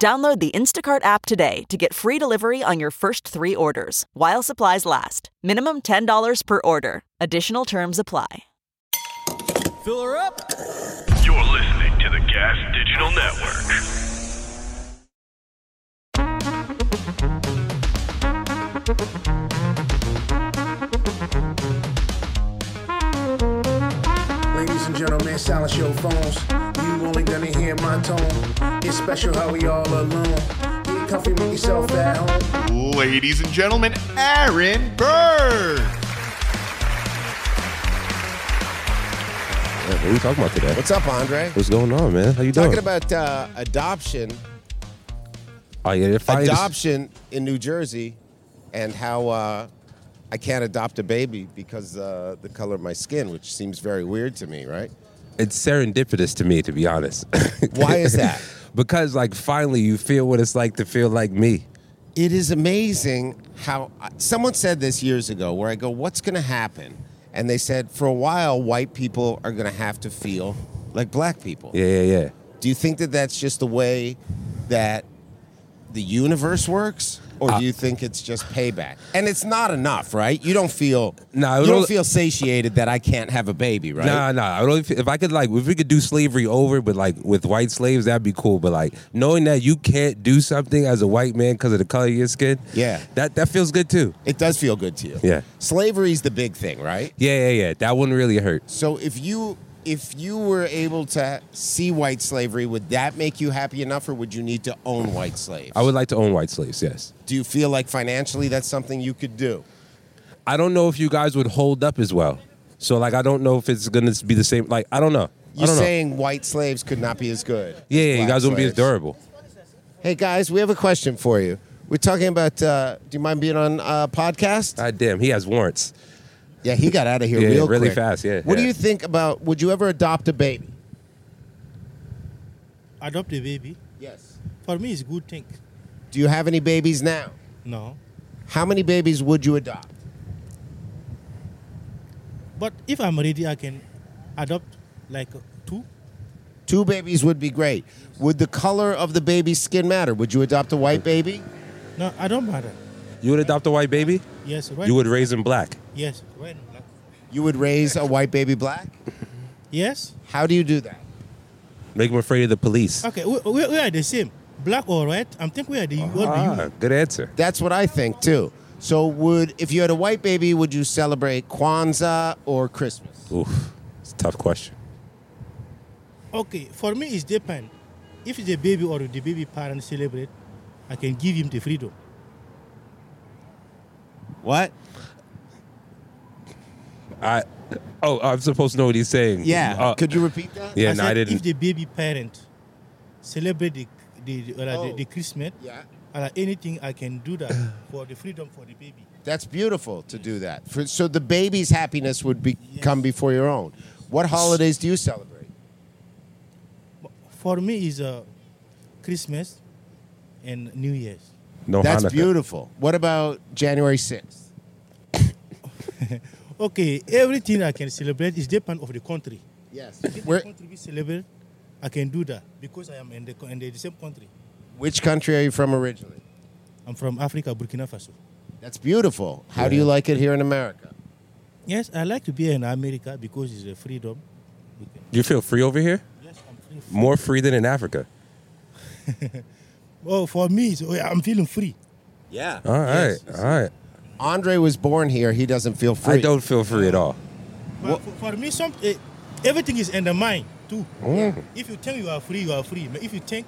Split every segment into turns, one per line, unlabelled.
Download the Instacart app today to get free delivery on your first three orders while supplies last. Minimum $10 per order. Additional terms apply.
Fill her up.
You're listening to the Gas Digital Network.
Ladies and gentlemen, silence your phones. You only gonna hear my tone. It's special how we all alone. Get comfy, make yourself at home.
Ladies and gentlemen, Aaron Burr.
What are we talking about today?
What's up, Andre?
What's going on, man? How you doing?
Talking about uh, adoption,
oh, yeah, if I-
adoption in New Jersey, and how uh, I can't adopt a baby because uh, the color of my skin, which seems very weird to me, right?
It's serendipitous to me, to be honest.
Why is that?
because, like, finally, you feel what it's like to feel like me.
It is amazing how uh, someone said this years ago, where I go, "What's going to happen?" And they said, for a while, white people are going to have to feel like black people.
Yeah, yeah, yeah.
Do you think that that's just the way that the universe works,
Uh,
or do you think it's just payback? And it's not enough, right? You don't feel
No, it
you don't
only-
feel satiated that I can't have a baby, right?
Nah, nah. I don't, if I could, like, if we could do slavery over, but like with white slaves, that'd be cool. But like knowing that you can't do something as a white man because of the color of your skin,
Yeah.
that that feels good too.
It does feel good to you.
Yeah.
slavery's the big thing, right?
Yeah, yeah, yeah. That wouldn't really hurt.
So if you if you were able to see white slavery, would that make you happy enough, or would you need to own white slaves?
I would like to own white slaves. Yes.
Do you feel like financially that's something you could do?
I don't know if you guys would hold up as well. So like, I don't know if it's gonna be the same. Like, I don't know. I
You're
don't know.
saying white slaves could not be as good.
Yeah, yeah, you
black
guys won't be as
slaves.
durable.
Hey guys, we have a question for you. We're talking about. Uh, do you mind being on uh, podcast?
God damn, he has warrants.
yeah, he got out of here
Yeah,
real
really
quick.
fast, yeah,
What do
yeah.
you think about? Would you ever adopt a baby?
Adopt a baby.
Yes.
For me, it's good thing.
Do you have any babies now?
No.
How many babies would you adopt?
But if I'm ready, I can adopt like uh, two.
Two babies would be great. Would the color of the baby's skin matter? Would you adopt a white baby?
No, I don't matter.
You would adopt a white baby?
Yes, right.
You would raise him black.
Yes, right. now.
You would raise a white baby black?
Yes.
How do you do that?
Make him afraid of the police.
Okay, we, we, we are the same. Black or white? I think we are the what the
Ah,
you.
good answer.
That's what I think too. So would if you had a white baby, would you celebrate Kwanzaa or Christmas?
Oof, it's a tough question.
Okay, for me, it's depend. If the baby or the baby parent celebrate, I can give him the freedom.
What?
I, oh, I'm supposed to know what he's saying.
Yeah.
Uh,
Could you repeat that?
yeah,
I
no, I
said If
didn't.
the baby parent celebrate the the, the- uh, the,
Oh.
the Christmas,
Yeah.
uh, anything I can do that for the freedom for the baby.
That's beautiful to do that. For, so the baby's happiness would be, come before your own. What holidays do you celebrate?
For me, is uh, Christmas and New Year's.
no,
That's
Hanukkah.
beautiful. What about January 6th?
Okay, everything I can celebrate is depend of the country.
Yes.
If
Where,
the country we celebrate, I can do that because I am in the, co- in the same country.
which country are you from originally?
I'm from Africa, Burkina Faso.
That's beautiful. How do you like it here in America?
Yes, I like to be in America because it's a freedom. We can-
You feel free over here?
Yes, I'm free.
More free than in Africa.
Oh, for me, it's- oh, yeah, I'm feeling free.
Yeah.
All right, all right.
Andre was born here. He doesn't feel free.
I don't feel free at all.
But for, for me, some eh, everything is in the mind too.
Oh.
If you think you are free, you are free. But if you think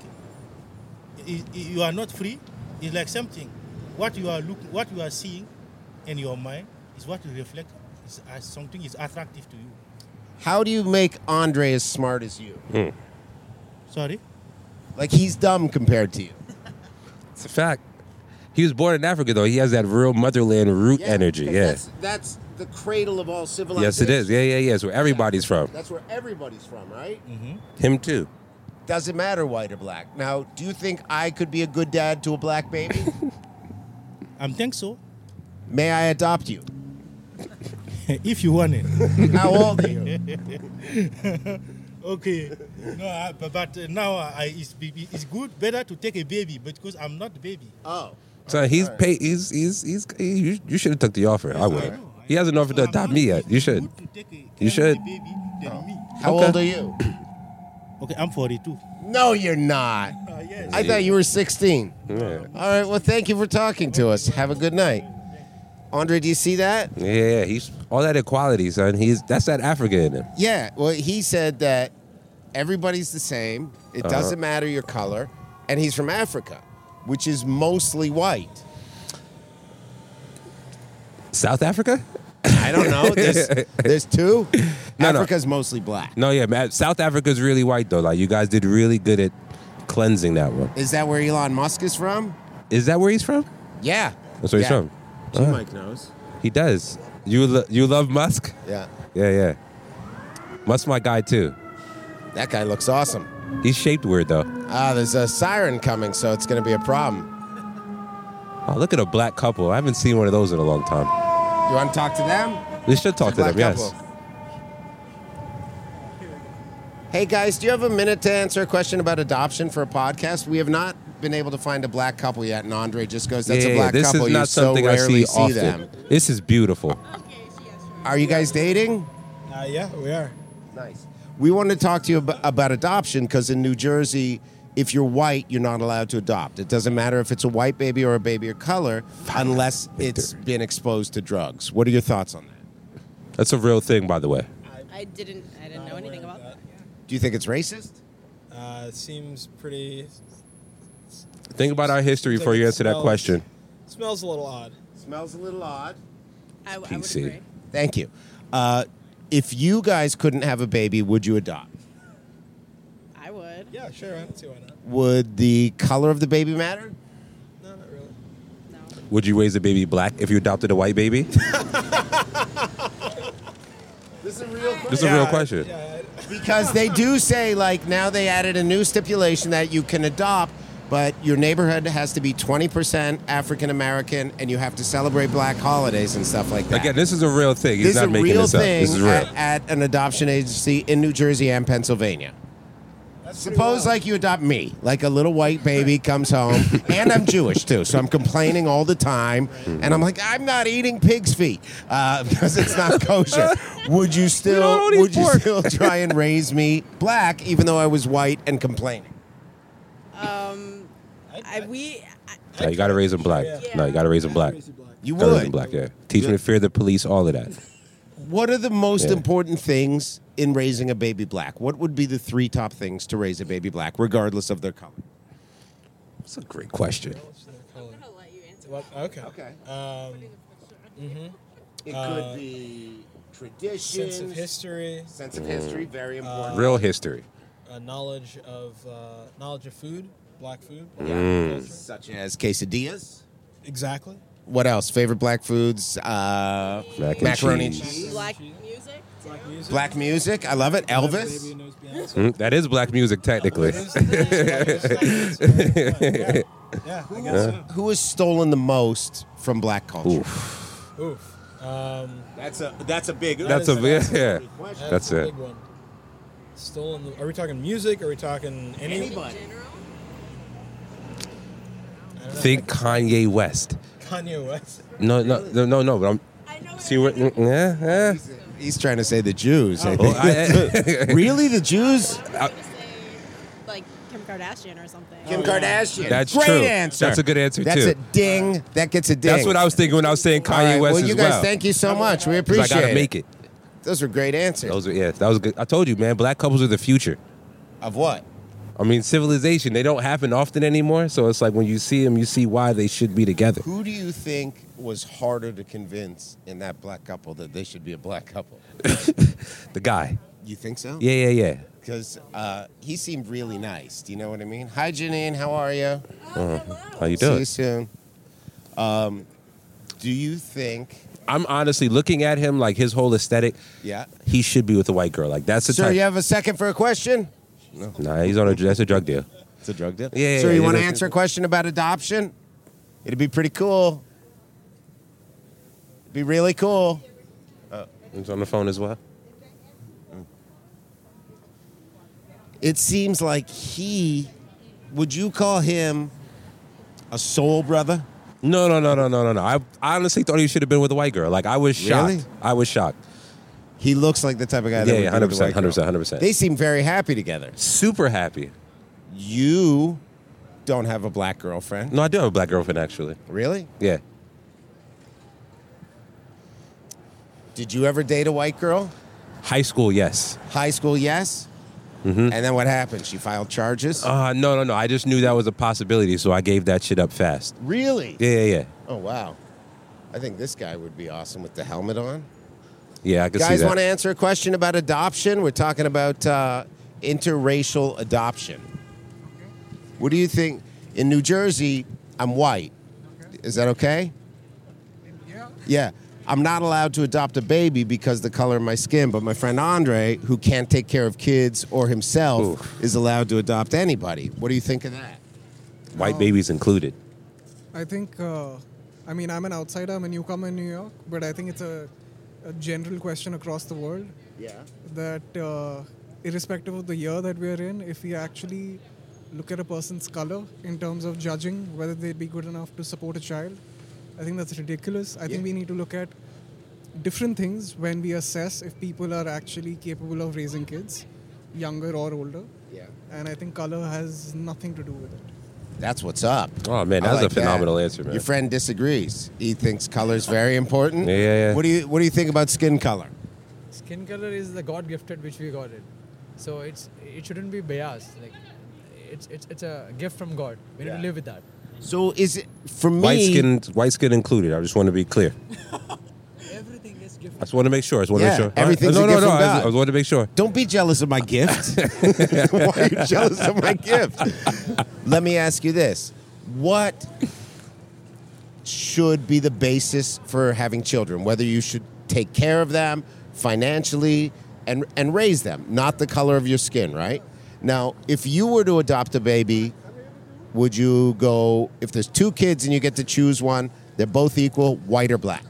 i- i- you are not free, it's like something. What you are looking, what you are seeing in your mind is what you reflect. Is as something is attractive to you.
How do you make Andre as smart as you?
Sorry.
Like he's dumb compared to you.
It's a fact. He was born in Africa though. He has that real motherland root
Yeah,
energy.
'cause
Yeah.
That's, that's the cradle of all civilization.
Yes, it is. Yeah, yeah, yeah. It's where everybody's from.
That's where everybody's from, right?
Him too.
Doesn't matter white or black. Now, do you think I could be a good dad to a black baby?
I think so.
May I adopt you?
if you want it.
How old are you?
Okay. No, I, but, but uh, now I, it's, be- be- it's good, better to take a baby because I'm not baby.
Oh.
So he's paid. He's he's he's. He, you, you should have took the offer. I would. have. He hasn't offered to
I'm
adopt
not-
me yet. You
it's
should.
good to take a-
You
care of
should.
a Baby than me.
How
Okay.
old are you?
Okay, I'm 42.
No, you're not.
Uh, yes.
I thought you were 16.
Yeah.
All right, well, thank you for talking to us. Have a good night. Andre, do you see that?
Yeah, yeah. He's all that equality, son. He's that's that Africa in him.
Yeah, well, he said that everybody's the same. It
Uh-huh.
doesn't matter your color. And he's from Africa, which is mostly white.
South Africa?
I don't know. There's, there's two.
No, no.
Africa's mostly black.
No, yeah. Man, South Africa's really white though. Like you guys did really good at cleansing that one.
Is that where Elon Musk is from?
Is that where he's from?
Yeah.
That's where he's
Yeah.
from.
G Mike knows.
He does. You lo- you love Musk?
Yeah.
Yeah, yeah. Musk's my guy too.
That guy looks awesome.
He's shaped weird though.
Ah, there's a siren coming, so it's going to be a problem.
Oh, look at a black couple. I haven't seen one of those in a long time.
You want to talk to them?
We should talk to them. Yes.
Hey guys, do you have a minute to answer a question about adoption for a podcast? We have not been able to find a black couple yet, and Andre just goes, "That's
yeah,
a
yeah,
black
this
couple."
is not
you
something
so
I
rarely
see often.
them.
This is beautiful.
Are you guys dating?
Uh, yeah, we are.
Nice. We wanted to talk to you ab- about adoption because in New Jersey, if you're white, you're not allowed to adopt. It doesn't matter if it's a white baby or a baby of color, unless it's been exposed to drugs. What are your thoughts on that?
That's a real thing, by the way.
I didn't. I didn't know anything about that.
Do you think it's racist?
Uh, it seems pretty.
Think about our history before you answer that question.
Smells a little odd.
Smells a little odd.
I, I would
PC.
agree.
Thank you. Uh, if you guys couldn't have a baby, would you adopt?
I would.
Yeah, sure. I don't see why not.
Would the color of the baby matter?
No, not really.
No.
Would you raise a baby black if you adopted a white baby?
This is a real
This is a real question.
Because they do say, like, now they added a new stipulation that you can adopt, but your neighborhood has to be 20% African American and you have to celebrate black holidays and stuff like that.
Again, this is a real thing. He's
this is
not
a
making
real
this up.
thing
This is real.
At, at an adoption agency in New Jersey and Pennsylvania. Suppose, like, you adopt me, like a little white baby comes home, and I'm Jewish too, so I'm complaining all the time,
Mm-hmm.
and I'm like, I'm not eating pig's feet uh, because it's not kosher. Would you still
don't eat
would you
pork.
still try and raise me black, even though I was white and complaining?
I, we. I,
No, you gotta raise him black.
Yeah.
No, you gotta raise him black.
You
Gotta raise him
would.
black. Yeah. Teach him to fear the police. All of that.
What are the most
Yeah.
important things in raising a baby black? What would be the three top things to raise a baby black, regardless of their color?
That's a great question.
I'm gonna let you answer.
What? Okay.
It could be tradition,
Sense of history,
sense of history, very important.
Real history.
uh, knowledge of uh, knowledge of food, black food.
Mm.
Such as quesadillas.
Exactly.
What else? Favorite black foods? Uh,
Mac and
macaroni and
cheese.
cheese.
Black music. Too.
Black music.
Black music. I love it.
Baby
Elvis.
knows Beyonce.
Mm, That is black music, technically.
yeah, yeah, I guess so.
Who has stolen the most from black culture?
Oof. Um,
That's a that's a big.
That's a yeah. yeah. That's
a
it.
big one. Stolen. The, are we talking music? Are we talking any-
Anybody.
General.
Think Kanye West.
Kanye West.
No, no, no, no, no. But I'm.
I know.
See what? mm, Yeah, yeah.
He's trying to say the Jews. I
Oh,
think.
I-
really, the Jews? Uh,
I was gonna say, like Kim Kardashian or something.
Kim Kardashian.
That's
Great
true.
answer.
That's a good answer,
That's
too.
a ding. That gets a ding.
That's what I was thinking when I was saying Kanye
All right,
West
Well, you
as
guys,
well.
thank you so much. We
'Cause
appreciate
I gotta
it.
make it.
Those were great answers.
Those were, yeah, that was good. I told you, man. Black couples are the future.
of what?
I mean, civilization. They don't happen often anymore. So it's like when you see them, you see why they should be together.
Who do you think was harder to convince in that black couple that they should be a black couple?
The guy.
You think so?
Yeah, yeah, yeah.
Because uh, he seemed really nice. Do you know what I mean? Hi, Janine. How are you?
Oh, hello.
How you
See
doing?
you soon. Um, Do you think?
I'm honestly looking at him like his whole aesthetic.
Yeah.
He should be with a white girl. Like that's the
Sir,
type.
you have a second for a question?
Nah, he's on a that's a drug deal.
It's a drug deal.
Yeah,
Sir,
yeah,
you
yeah,
want to
that's-
answer a question about adoption? It'd be pretty cool. It'd be really cool.
He's on the phone as well.
It seems like he. Would you call him a soul brother?
No, no, no, no, no, no, no. I I honestly thought he should have been with a white girl. Like I was shocked.
Really?
I was shocked.
He looks like the type of guy. that
yeah,
would be
yeah,
with a
hundred percent,
white girl.
hundred percent, hundred percent.
They seem very happy together.
super happy.
You don't have a black girlfriend,
No, I do have a black girlfriend actually.
really?
Yeah.
Did you ever date a white girl?
High school, yes.
High school, yes. And then what happened? She filed charges.
Mm-hmm. Uh no, no, no. I just knew that was a possibility, so I gave that shit up fast.
really?
Yeah, yeah, yeah.
Oh wow. I think this guy would be awesome with the helmet on.
Yeah, I can see
Guys
that.
want to answer a question about adoption? We're talking about uh, interracial adoption. What do you think? In New Jersey, I'm white. Is that okay? Yeah. I'm not allowed to adopt a baby because the color of my skin, but my friend Andre, who can't take care of kids or himself,
Oof.
is allowed to adopt anybody. What do you think of that?
White babies included.
I think, uh, I mean, I'm an outsider, I'm a newcomer in New York, but I think it's a, a general question across the world
Yeah.
that, uh, irrespective of the year that we're in, if we actually look at a person's color in terms of judging whether they'd be good enough to support a child, I think that's ridiculous. I think we need to look at different things when we assess if people are actually capable of raising kids, younger or older.
Yeah.
And I think color has nothing to do with it.
That's what's up.
Oh, man,
I
that was a
that.
phenomenal answer, man.
Your friend disagrees. He thinks color's very important.
Yeah, yeah, yeah.
What do you What do you think about skin color?
skin color is the god gifted which we got it so it's it shouldn't be biased like it's it's, it's a gift from god we need to live with that
So is it for me?
White skin, white skin included. I just want to be clear.
everything is
I
gift
just want to make sure. I just want to
Yeah,
make sure.
everything's
no,
a
no,
gift
no.
from
I,
God.
just, I just want to make sure.
Don't be jealous of my gift. Why are you jealous of my gift? Let me ask you this: What should be the basis for having children? Whether you should take care of them financially and and raise them, not the color of your skin, right? Now, if you were to adopt a baby, would you go if there's two kids and you get to choose one? They're both equal, white or black.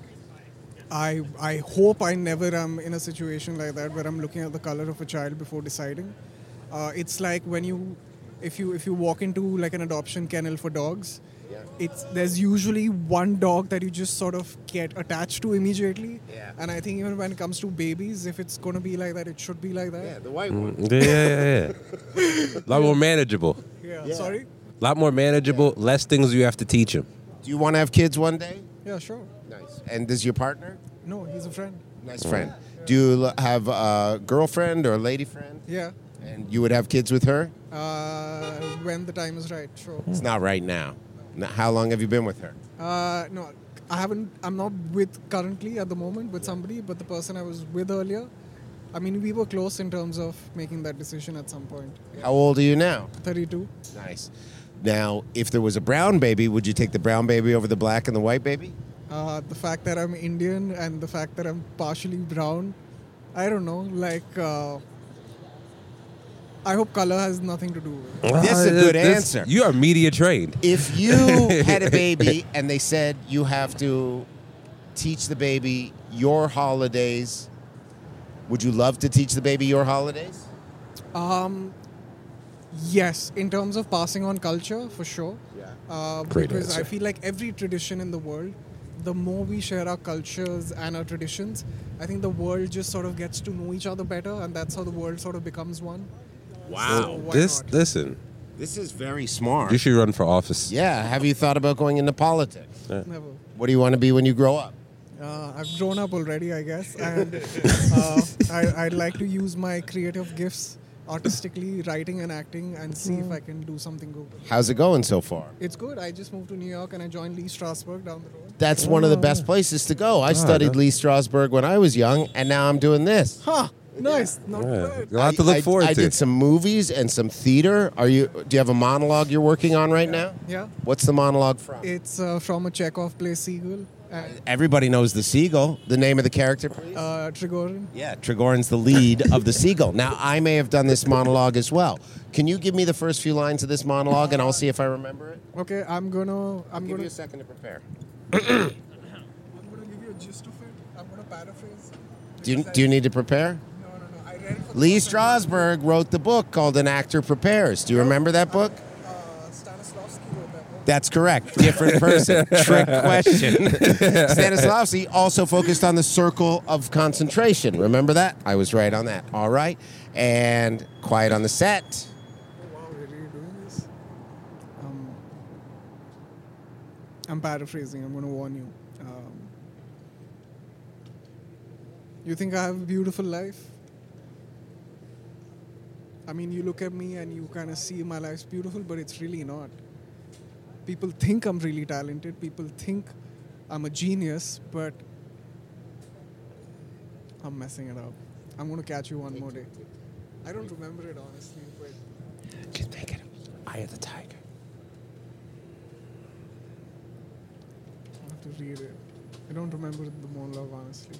i i hope i never am in a situation like that where i'm looking at the color of a child before deciding uh, it's like when you if you if you walk into like an adoption kennel for dogs it's there's usually one dog that you just sort of get attached to immediately yeah. and i think even when it comes to babies if it's going to be like that it should be like that
the white one.
Yeah, yeah, yeah, yeah. A lot more manageable.
Yeah.
Yeah.
Sorry.
A lot more manageable. Less things you have to teach him.
Do you want to have kids one day?
Yeah. Sure.
Nice. And does your partner?
No, he's a friend.
Nice friend. Do you l- have a girlfriend or a lady friend?
Yeah.
And you would have kids with her?
Uh, when the time is right. Sure.
It's not right now. N- How long have you been with her?
Uh, no, I haven't. I'm not with currently at the moment with somebody, but the person I was with earlier. I mean, we were close in terms of making that decision at some point.
How old are you now?
32.
Nice. Now, if there was a brown baby, would you take the brown baby over the black and the white baby?
Uh, the fact that I'm Indian and the fact that I'm partially brown, I don't know. Like, uh, I hope color has nothing to do with it.
That's a
Ah,
good
this-
answer.
You are media trained.
If you had a baby and they said you have to teach the baby your holidays, would you love to teach the baby your holidays?
Yes, in terms of passing on culture, for sure. Yeah. Uh,
Great
because I
answer.
feel like every tradition in the world, the more we share our cultures and our traditions, I think the world just sort of gets to know each other better, and that's how the world sort of becomes one. So why
This,
not?
listen.
This is very smart.
You should run for office.
Yeah. Have you thought about going into politics?
Never.
What do you want to be when you grow up?
Uh, I've grown up already, I guess, and uh, I, I'd like to use my creative gifts artistically, writing and acting, and see if I can do something good.
How's it going so far?
It's good. I just moved to New York and I joined Lee Strasberg down the road. Mm.
That's one of the best places to go. I studied Lee Strasberg when I was young, and now I'm doing this. Huh.
Nice. Not
Yeah.
bad.
A lot to look
I-
forward
I
to.
did some movies and some theater. Are you? Do you have a monologue you're working on right now?
Yeah.
What's the monologue from?
It's uh, from a Chekhov play Seagull and
Everybody knows the seagull. The name of the character, please.
uh, Trigorin.
Yeah, Trigorin's the lead of the seagull. Now, I may have done this monologue as well. Can you give me the first few lines of this monologue, and I'll see if I remember it.
Okay, I'm gonna. I'm
Give
gonna.
me a second to prepare.
I'm gonna give you a gist of it. I'm gonna paraphrase.
Do you, do you need to prepare?
No, no, no. I read it for
Lee Strasberg wrote the book called An Actor Prepares. Do you remember that book?
uh, Stanislavski wrote that book.
That's correct. Different person. Trick question. Stanislavski also focused on the circle of concentration. Remember that? I was right on that. All right. And Quiet on the Set.
Wow, we're really doing this. Um, I'm paraphrasing. I'm going to warn you. Um, you think I have a beautiful life? I mean, you look at me and you kind of see my life's beautiful, but it's really not. People think I'm really talented. People think I'm a genius, but I'm messing it up. I'm going to catch you one more day. I don't remember it honestly, but
Just take it. Eye of the Tiger.
I have to read it. I don't remember the monologue honestly.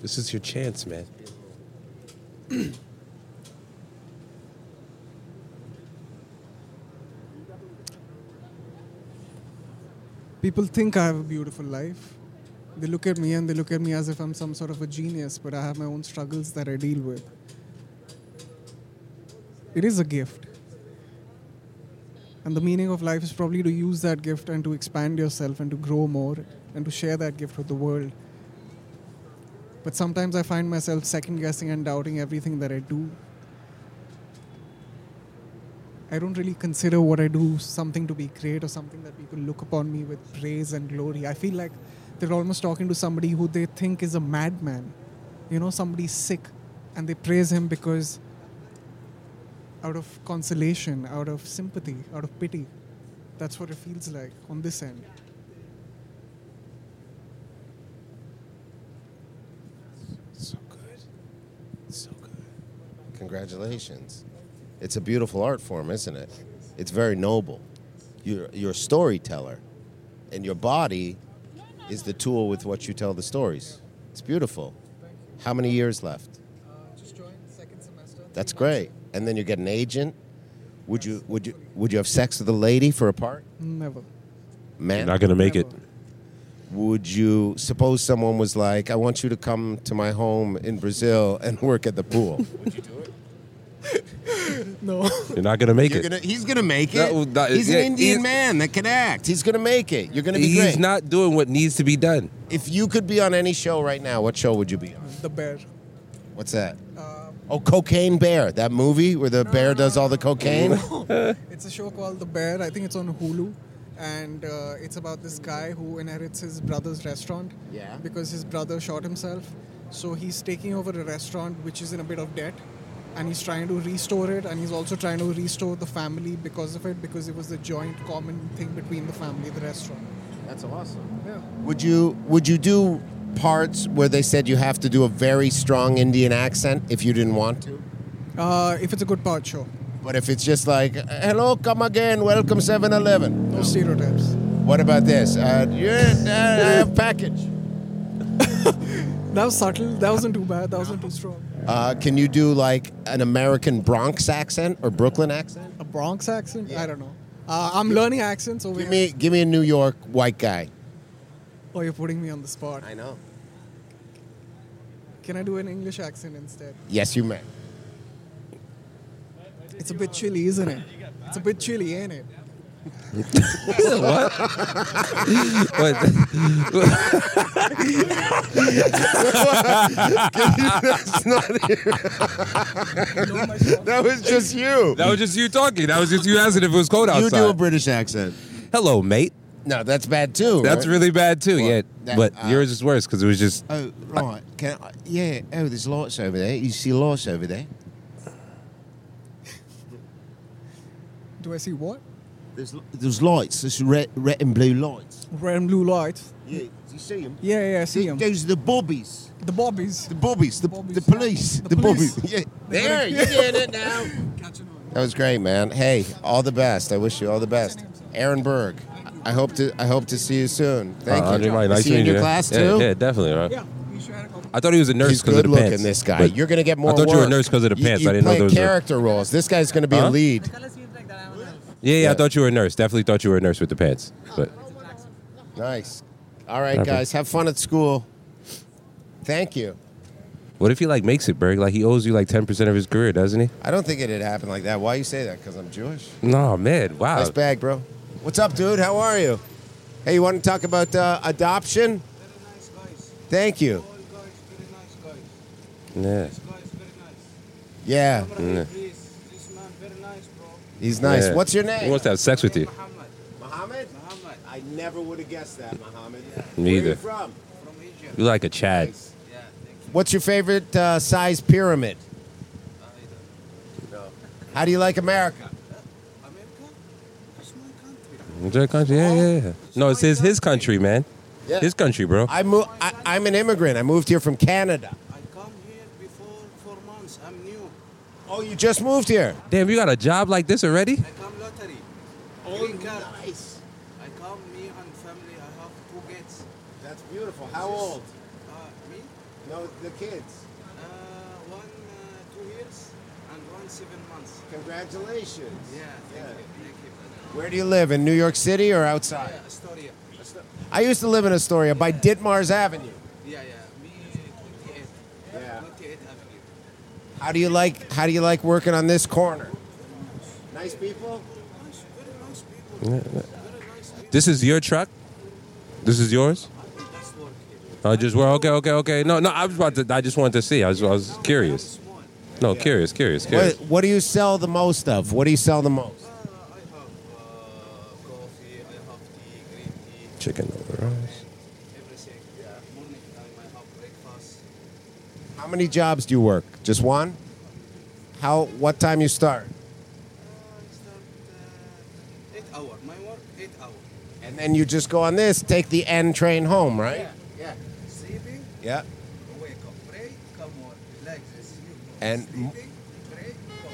This is your chance, man.
People think I have a beautiful life. They look at me and they look at me as if I'm some sort of a genius, but I have my own struggles that I deal with. It is a gift. And the meaning of life is probably to use that gift and to expand yourself and to grow more and to share that gift with the world. But sometimes I find myself second guessing and doubting everything that I do. I don't really consider what I do something to be great or something that people look upon me with praise and glory. I feel like they're almost talking to somebody who they think is a madman. You know, somebody's sick and they praise him because out of consolation, out of sympathy, out of pity. That's what it feels like on this end.
So good. So good. Congratulations. It's a beautiful art form, isn't it? It's very noble. You're, you're a storyteller, and your body is the tool with which you tell the stories. It's beautiful. How many years left?
Just joined second semester.
That's great. And then you get an agent. Would you would you would you have sex with a lady for a part?
Never.
Man,
Not gonna make it.
Never.
would you suppose someone was like, "I want you to come to my home in Brazil and work at the pool"?
No.
You're not gonna make
You're
it.
gonna, he's gonna make
That
it.
was not-
he's
yeah,
an Indian
he-
man that can act. He's gonna make it. You're gonna be
He's
great.
not doing what needs to be done.
if you could be on any show right now, what show would you be on?
The bear.
What's that? oh, Cocaine Bear. That movie where the bear does all the cocaine.
It's a show called The Bear. I think it's on Hulu, and uh, it's about this guy who inherits his brother's restaurant.
Yeah.
Because his brother shot himself, so he's taking over a restaurant which is in a bit of debt, and he's trying to restore it, and he's also trying to restore the family because of it, because it was the joint common thing between the family, the restaurant.
That's awesome.
Yeah.
Would you Would you do parts where they said you have to do a very strong Indian accent if you didn't want to?
Uh, if it's a good part, sure.
But if it's just like, "Hello, come again, welcome 7-Eleven.
No stereotypes.
What about this? Uh, yeah, uh, I have package.
That was subtle. That wasn't too bad. That wasn't too strong.
Uh, can you do like an American Bronx accent or Brooklyn accent?
A Bronx accent? I don't know. Uh, I'm learning accents over
Give
here.
me, give me a New York white guy.
Oh, you're putting me on the spot.
know.
Can I do an English accent instead?
Yes, you may.
It's a bit chilly, isn't it? It's a bit chilly, ain't it?
But
That was just you.
that was just you talking. That was just you asking if it was cold
You
outside.
do a British accent.
Hello, mate.
No, that's bad too.
That's
right?
really bad too.
Well,
yeah,
that-
but
uh,
yours is worse because it was just
Oh right. Can I, yeah. Oh, there's lights over there. You see lights over there.
Do I see what?
There's l- there's lights. There's red red and blue lights.
Red and blue lights.
Yeah, do you see them?
Yeah, yeah, I see
them. Those are the bobbies.
The bobbies.
The bobbies. The, the police. The,
police.
bobbies. Yeah.
There, you get it now. That was great, man. Hey, all the best. I wish you all the best. Aaron Berg. I hope to I hope to see you soon. Thank
Uh,
you.
Andre, right, nice
see you in
meeting
your
you.
class
Yeah,
too.
yeah, definitely, right? Yeah, I thought he was a nurse
He's
because of
good
the
looking.
pants.
This guy,
But
you're gonna get more.
I thought you were a
work.
nurse because of the
You-
pants.
you
I didn't know
play
there was a.
character roles. This guy's gonna be
Huh?
a lead.
Yeah, yeah, I thought you were a nurse. Definitely thought you were a nurse with the pants. But
Nice. All right,
Perfect.
guys, have fun at school. Thank you.
what if he like makes it, Berg? Like he owes you like ten percent of his career, doesn't he?
I don't think it had happened like that. Why you say that? Because I'm Jewish.
No, man. Wow.
Nice bag, bro. What's up, dude? How are you? Hey, you want to talk about uh, adoption? Thank you.
Yeah.
Yeah.
Yeah.
He's nice.
Yeah.
What's your name?
He wants to have sex with you.
Mohammed? Mohammed. I never would have guessed that, Mohammed. Where
Me
are you
either.
from?
You like a Chad.
What's your favorite uh, size pyramid? How do you like America?
Is that a country? Yeah, yeah, yeah. No, it's his his country, man.
Yeah.
His country, bro.
I mo- I, I'm an immigrant. I moved here from Canada. I come here before four months. I'm new. Oh, you just moved here?
Damn, you got a job like this already?
Green card. Nice. I come, me and family. I have two kids.
That's beautiful. How old?
Uh, me?
No, the kids.
Uh, one uh, two years and one seven months.
Congratulations.
Yeah. Thank
Yeah.
You. Thank you.
Where do you live? In New York City or outside?
Yeah, Astoria.
I used to live in Astoria by Ditmars Avenue.
Yeah, yeah. Me 28.
Yeah.
28 Avenue.
How do you like how do you like working on this corner? Nice people.
This is your truck? This is yours? I just work. Okay, okay, okay. No, no. I was about to. I just wanted to see. I was, I was curious. No, curious, curious,
What,
curious.
what do you sell the most of? What do you sell the most?
Chicken over rice.
Everything. Yeah. Morning time I have breakfast.
How many jobs do you work? Just one? How what time you start?
Eight hour. My work eight hour.
And then you just go on this, take the N train home, right?
Yeah. Sleeping.
Yeah.
Wake up. Pray. Come on. Like this.
And m-
Sleeping. Pray.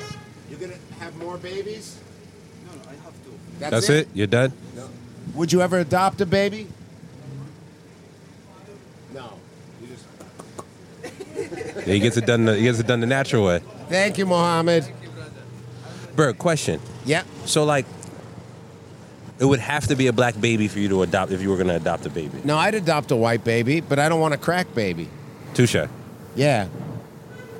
Come.
You're gonna have more babies?
No, no. I have two.
That's it? You're done?
Would you ever adopt a baby? No. You just
Yeah, he gets it done. The, he gets it done the natural way.
Thank you, Mohammed.
Bert, question.
Yeah.
So like, it would have to be a black baby for you to adopt if you were gonna adopt a baby.
No, I'd adopt a white baby, but I don't want a crack baby.
Touche.
Yeah.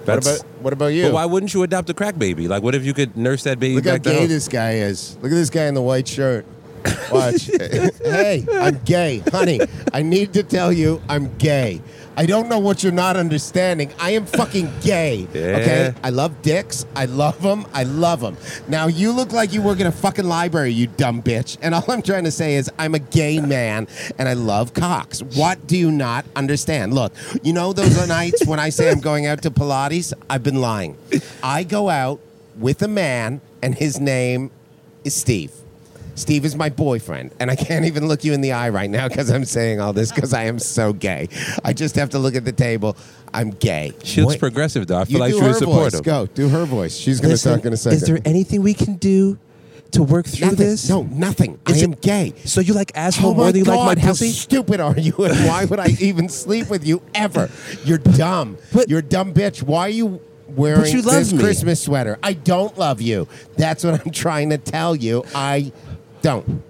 That's-
what about what about you?
But why wouldn't you adopt a crack baby? Like, what if you could nurse that baby
Look how
back
gay
down?
this guy is. Look at this guy in the white shirt. Watch. hey, I'm gay. Honey, I need to tell you I'm gay. I don't know what you're not understanding. I am fucking gay. Okay?
Yeah.
I love dicks. I love them. I love them. Now, you look like you work in a fucking library, you dumb bitch. And all I'm trying to say is I'm a gay man and I love cocks. What do you not understand? Look, you know those nights when I say I'm going out to Pilates? I've been lying. I go out with a man, and his name is Steve. Steve is my boyfriend, and I can't even look you in the eye right now because I'm saying all this because I am so gay. I just have to look at the table. I'm gay.
She looks
What-
progressive though. I feel
you
like
do
she would
her
support
voice.
him.
Go do her voice. She's gonna
Listen,
talk in a second.
Is there anything we can do to work through
nothing?
this?
No, nothing. I
Is
am
it-
gay.
So you like asshole
oh
more
my
than you
God,
like my
how
pussy?
stupid are you? And why would I even sleep with you ever? You're dumb. You're a dumb bitch. Why are you wearing
you love
this
me.
Christmas sweater? I don't love you. That's what I'm trying to tell you. I don't.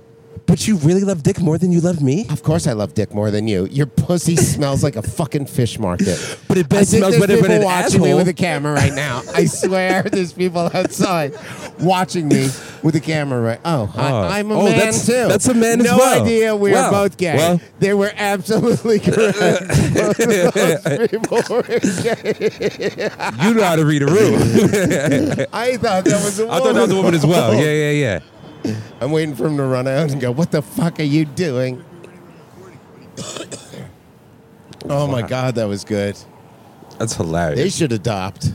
But you really love dick more than you love me?
Of course, I love dick more than you. Your pussy smells like a fucking fish market.
But it bet
I think
smells
there's
better than
people
an
watching me
asshole.
with a camera right now. I swear, there's people outside watching me with a camera right. Oh,
Oh.
I, I'm a
Oh,
man
that's-
too.
that's a man as
no
well.
idea we
Wow.
are both gay.
Well-
They were absolutely correct. Both of those people were gay.
You know how to read a room.
I thought that was a woman.
I thought that was a woman as well. Yeah, yeah, yeah.
I'm waiting for him to run out and go, What the fuck are you doing? oh my God, that was good.
That's
They
hilarious.
should adopt.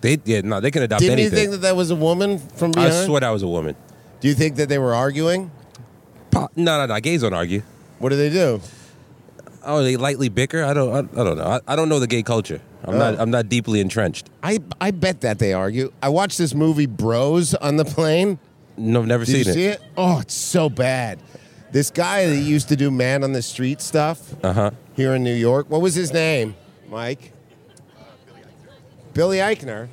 They, yeah, no, they can adopt
Didn't you
anything.
think that that was a woman from
I
behind?
swear that was a woman.
Do you think that they were arguing?
No, no, no. Gays don't argue.
What do they do?
Oh, they lightly bicker. I don't. I, I don't know. I, I don't know the gay culture. I'm
Oh.
not. I'm not deeply entrenched.
I I bet that they argue. I watched this movie Bros on the plane.
No, I've never
Did
seen
you see
it.
it? Oh, it's so bad. This guy that used to do man on the street stuff
Uh huh.
here in New York. What was his name? Mike. Billy Eichner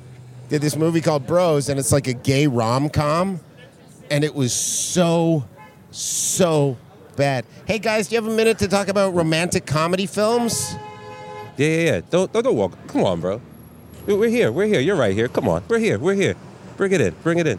did this movie called Bros, and it's like a gay rom com, and it was so, so bad. Hey guys, do you have a minute to talk about romantic comedy films?
Yeah, yeah, yeah. Don't, don't, don't walk. Come on, bro. We- We're here. We're here. You're right here. Come on. We're here. We're here. Bring it in. Bring it in.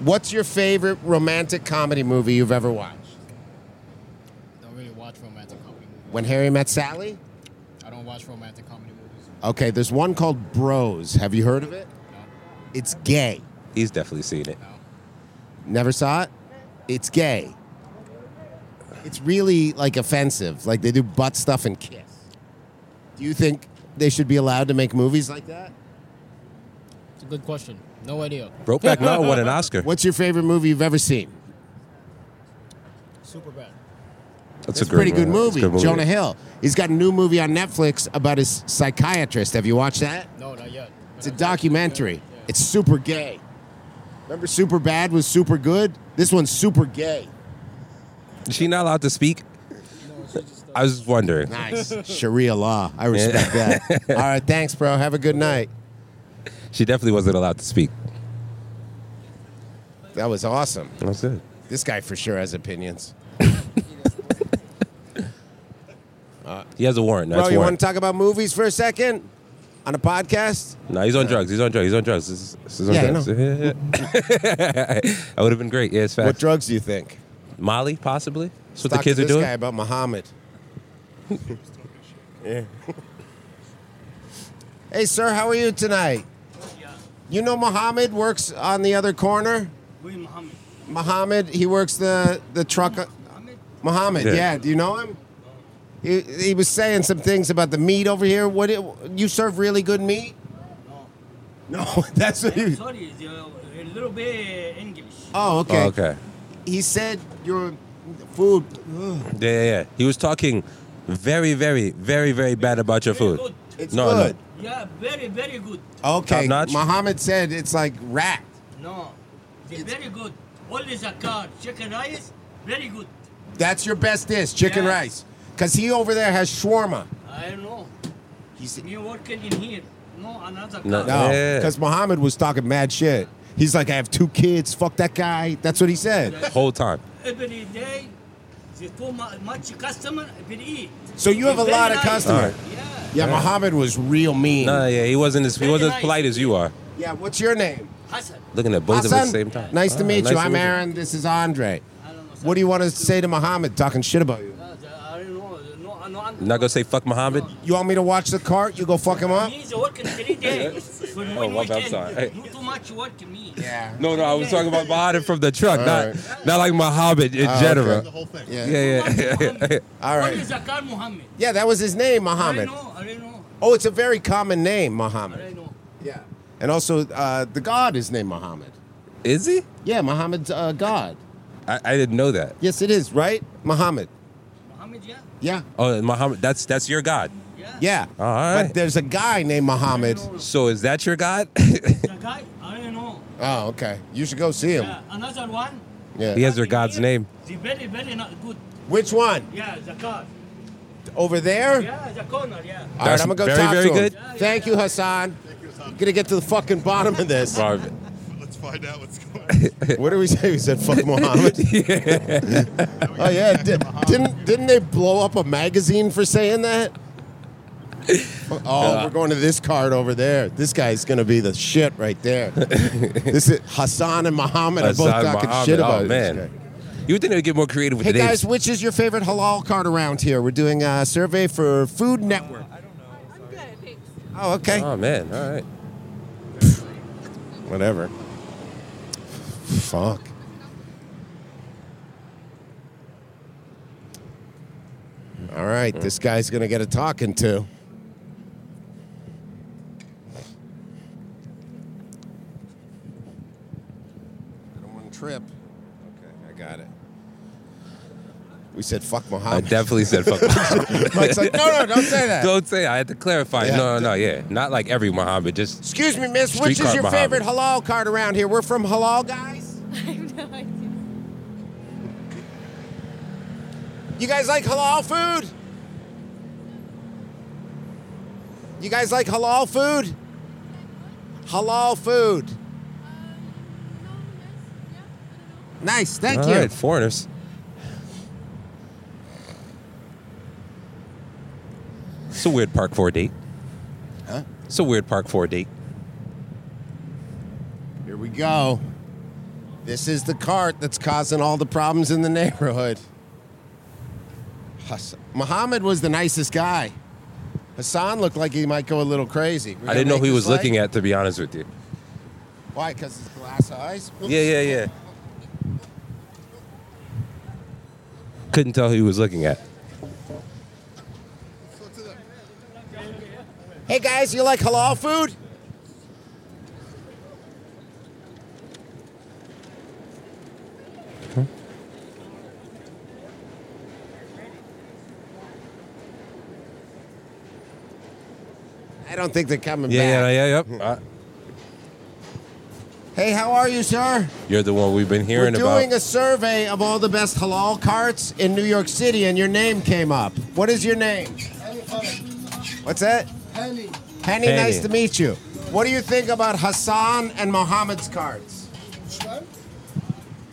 What's your favorite romantic comedy movie you've ever watched?
don't really watch romantic comedy.
When Harry Met Sally?
I don't watch romantic comedy movies.
Okay, there's one called Bros. Have you heard of it? It's gay.
He's definitely seen it.
Never saw it? It's gay. It's really like offensive. Like they do butt stuff and kiss. Do you think they should be allowed to make movies like that?
It's a good question. No idea.
Brokeback Mountain won an Oscar.
What's your favorite movie you've ever seen?
Super bad.
That's,
a pretty good movie. Jonah Hill. He's got a new movie on Netflix about his psychiatrist. Have you watched that?
No, not yet.
It's a documentary. It's super gay. Remember, super bad was super good. This one's super gay.
Is she not allowed to speak? I was wondering.
Nice. Sharia law. I respect that. All right, thanks, bro. Have a good night.
She definitely wasn't allowed to speak.
That was awesome.
That's it.
This guy for sure has opinions.
He has a warrant. That's
bro, you want
warrant.
to talk about movies for a second on a podcast?
no, he's on drugs. He's on drugs. He's on drugs. This is, this is on
Yeah, I
drugs. I would have been great. Yeah, it's fast.
What drugs do you think?
Molly, possibly. That's what
Talk
the kids
to
are
this
doing.
guy about Muhammad. yeah. hey, sir, how are you tonight? You know Muhammad works on the other corner.
Muhammad.
Muhammad, he works the the truck. Muhammad. Muhammad,
Yeah.
yeah. Do you know him? He, he was saying some things about the meat over here. What it, you serve really good meat? No. No, that's what he.
Sorry, it's, uh, a little bit English.
Oh, okay.
Oh, okay.
He said your food. ugh.
Yeah, yeah, yeah. He was talking very, very, very, very bad about your food.
It's
no,
good.
Yeah, very, very good.
Okay,
Top notch?
Muhammad said it's like rat.
No, it's, very good. Always a car, chicken rice, very good.
That's your best dish, chicken
Yes.
rice. Cause he over there has shawarma.
I know. He's me working in here. No, another car.
No, because Muhammad was talking mad shit. He's like, I have two kids. Fuck that guy. That's what he said.
no. Whole time.
Every day, the too mu- much customer will eat.
So you have a
Very
lot of
nice.
customers. Yeah, Muhammad was real mean.
No, yeah, he wasn't as he wasn't
nice.
as polite as you are.
Yeah, what's your name?
Hassan.
Looking at both of us at the same time.
Nice to
Ah,
meet you. I'm
meet
Aaron. This is Andre. What do you want to say to Muhammad talking shit about you? uh,
you. Not gonna say fuck Muhammad.
You want me to watch the cart? You go fuck him up?
He's working three days. for
Oh,
one
my bad,
weekend.
sorry. Hey.
Do too much work, me.
Yeah.
No, no, I was talking about Muhammad from the truck, not not like Muhammad in
Oh, okay.
general.
The whole thing.
Yeah,
Yeah.
yeah. yeah.
All
What
right.
is a car, Muhammad?
Yeah, that was his name,
I
Muhammad.
know, I know,
Oh, it's a very common name,
I
Muhammad.
know.
Yeah. And also, uh, the god is named Muhammad.
Is he?
Yeah, Muhammad's uh, god.
I, I didn't know that.
Yes, it is, right? Muhammad.
Muhammad, yeah.
Yeah.
Oh, and Muhammad. That's that's your god.
Yeah.
All right.
But there's a guy named Muhammad.
So is that your god?
The guy, I don't know.
Oh, okay. You should go see him.
Yeah, another one,
Yeah.
He has your god's name.
the very, very not good.
Which one?
Yeah, the car.
Over there?
Yeah, the corner, yeah.
All right,
That's
I'm gonna go
very,
talk
very
to him.
good.
Thank you, Hassan. You're gonna get to the fucking bottom of this.
Marvin.
Let's find out what's going on.
what did we say? We said fuck Muhammad. oh yeah, Di- didn't didn't they blow up a magazine for saying that? Oh, we're going to this card over there. This guy's going to be the shit right there. this is Hassan and Muhammad are both
Hassan
talking
Muhammad.
shit about
oh,
this
man.
guy.
You would think they would get more creative with
Hey
the names.
guys, which is your favorite halal card around here? We're doing a survey for Food Network. Oh, okay.
Oh man, all right.
Whatever. Fuck. All right, this guy's gonna get a talking to. I don't want to trip. Okay, I got it. We said fuck
I
Muhammad.
definitely said fuck. Muhammad.
Um, Mike's like, no, no, don't say that.
Don't say. It. I had to clarify.
Yeah.
No, no, no, yeah, not like every Muhammad. Just
Excuse me, miss. Which
Streetcar
is your
Muhammad.
favorite halal card around here? We're from Halal Guys.
I have no idea.
You guys like halal food? You guys like halal food? Halal food.
Um,
Nice, thank
All
you.
right, foreigners. It's a weird park for a date.
Huh?
It's a weird park for a date.
Here we go. This is the cart that's causing all the problems in the neighborhood. Hassan. Muhammad was the nicest guy. Hassan looked like he might go a little crazy.
I didn't know who he was looking at, to be honest with you.
Why? Because his glass eyes?
Yeah, yeah, yeah. Couldn't tell who he was looking at.
Hey guys, you like halal food? I don't think they're coming
Yeah,
back.
yeah, yeah, yep. Uh,
Hey, how are you, sir?
you're the one we've been hearing
We're doing
about.
a survey of all the best halal carts in New York City, and your name came up. What is your name? What's that? Henny. Henny,
Henny.
nice to meet you. What do you think about Hassan and Mohammed's carts?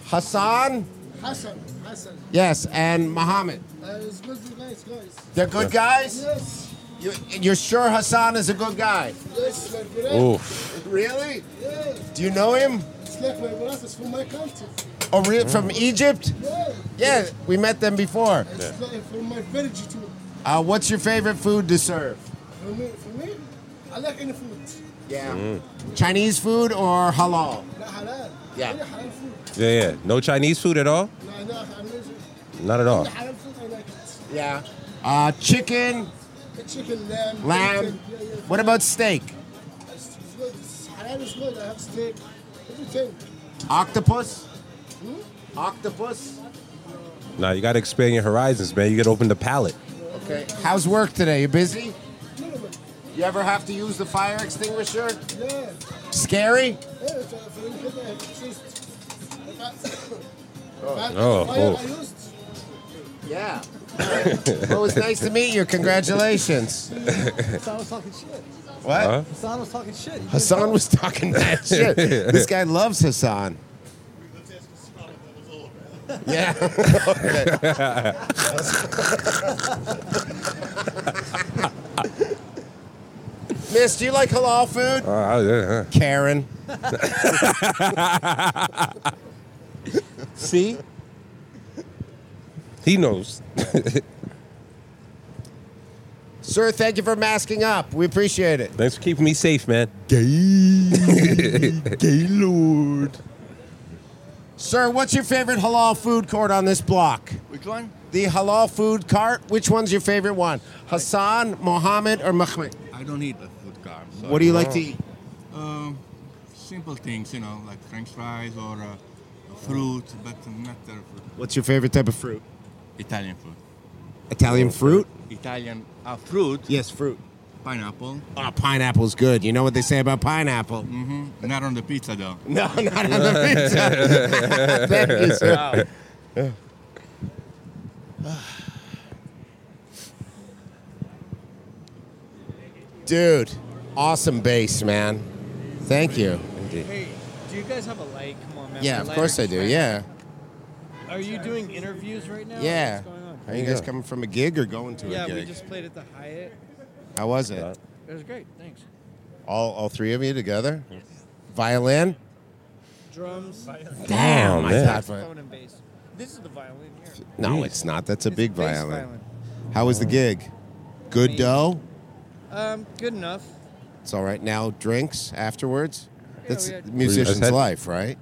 Hassan,
Hassan, Hassan.
yes, and Mohammed.
Uh, it's good you guys, guys.
They're good guys?
Yes.
You, you're sure Hassan is a good guy?
Yes, my brother.
Oof. Really?
Yes.
Do you know him?
It's like my brothers from my country.
Or re- from
Mm.
Egypt?
Yeah.
Yeah, we met them before.
It's like from my village too.
Uh, what's your favorite food to serve?
For me, for me, I like any food.
Yeah. Mm. Chinese food or halal?
لا حلال.
Yeah.
أي حلال food.
Yeah, yeah. No Chinese food at all?
لا لا حلال.
Not at all.
أي حلال food I like it.
Yeah. Uh, chicken,
The chicken, lamb.
lamb.
chicken. Yeah, yeah.
What about steak?
It's it's good. It's halal is good. I have steak. Everything.
Octopus? Hmm? Octopus?
Nah, you got to expand your horizons, man. You got to open the palate.
Okay. How's work today? You busy? You ever have to use the fire extinguisher?
Yeah.
Scary?
Yeah. it's, uh, for me, I have just- if I- if I-
Oh,
if I-
oh.
I used-
Yeah. well, it was nice to meet you. Congratulations.
Hassan was talking shit.
What? Huh?
Hassan was talking shit.
Hassan was talking bad shit. This guy loves Hassan. Yeah. Okay. Miss, do you like halal food?
Oh,
Karen. See?
He knows.
Sir, thank you for masking up. We appreciate it.
Thanks for keeping me safe, man.
Gaylord. Sir, what's your favorite halal food court on this block?
Which one?
The halal food cart. Which one's your favorite one? Hassan, Mohammed, or Mahmoud?
I don't eat a food car. I'm sorry.
What do you like to eat?
Um, simple things, you know, like French fries or uh, fruit, but not the fruit.
What's your favorite type of fruit?
Italian food.
Oh,
Italian fruit?
Italian uh, fruit.
Yes, fruit.
Pineapple.
Oh, pineapple's good. You know what they say about pineapple?
Mm.
Mm-hmm. Not on the pizza though.
No, not on the pizza. Thank you, sir. Dude, awesome bass, man. Thank you.
Hey, do you guys have a light? Come on, man.
Yeah, of
Lighter.
course I do. Yeah.
Are you doing interviews right now?
Yeah.
What's going on?
Are you guys coming from a gig or going to
yeah,
a gig?
we just played at the Hyatt.
How was it?
That was great. Thanks.
All, all three of you together? Violin? Oh,
Drums. Violin.
Damn, man.
Saxophone and bass. This is the violin here.
No, it's not. That's a big
bass
violin.
violin.
How was the gig? Good dough?
Um, good enough.
It's all right. Now, drinks afterwards? That's
we had-
musician's
Were you-
life, right?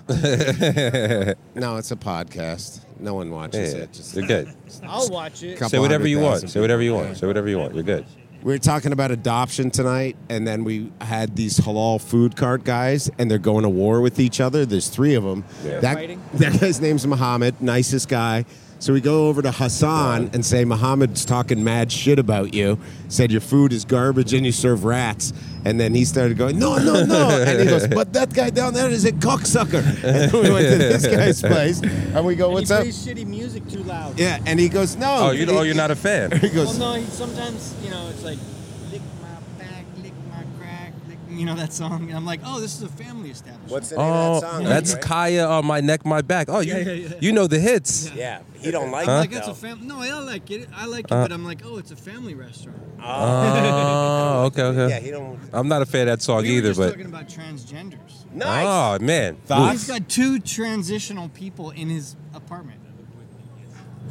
no, it's a podcast. No one watches
Yeah,
it. Just
you're good.
I'll watch it.
Couple
Say whatever you
hundred
want.
thousand
Say whatever you
people.
want. Say whatever you want. You're good.
We were talking about adoption tonight, and then we had these halal food cart guys, and they're going to war with each other. There's three of them.
They're
That,
fighting?
that guy's name's Muhammad, nicest guy. So we go over to Hassan and say, Muhammad's talking mad shit about you, said your food is garbage and you serve rats. And then he started going, no, no, no. And he goes, but that guy down there is a cocksucker. And we went to this guy's place, and we go,
And
what's
he
up?
plays shitty music too loud.
Yeah, and he goes, no.
Oh, you-
He-
oh, you're not a fan.
He goes,
well, no, he, sometimes, you know, it's like, lick my back, lick my crack, lick, you know, that song. And I'm like, oh, this is a family establishment.
What's
Oh, that's Kaya on my neck, my back. Oh, you
Yeah, yeah, yeah.
you know the hits.
Yeah, he don't
I'm
Huh?
like, that's a fam- No, I like it. I like it,
Uh.
but I'm like, oh, it's a family restaurant.
Oh, okay, okay.
Yeah, he don't-
I'm not a fan of that song
we were
either,
just
but
talking about transgenders.
Ah.
oh man,
He's got two transitional people in his apartment.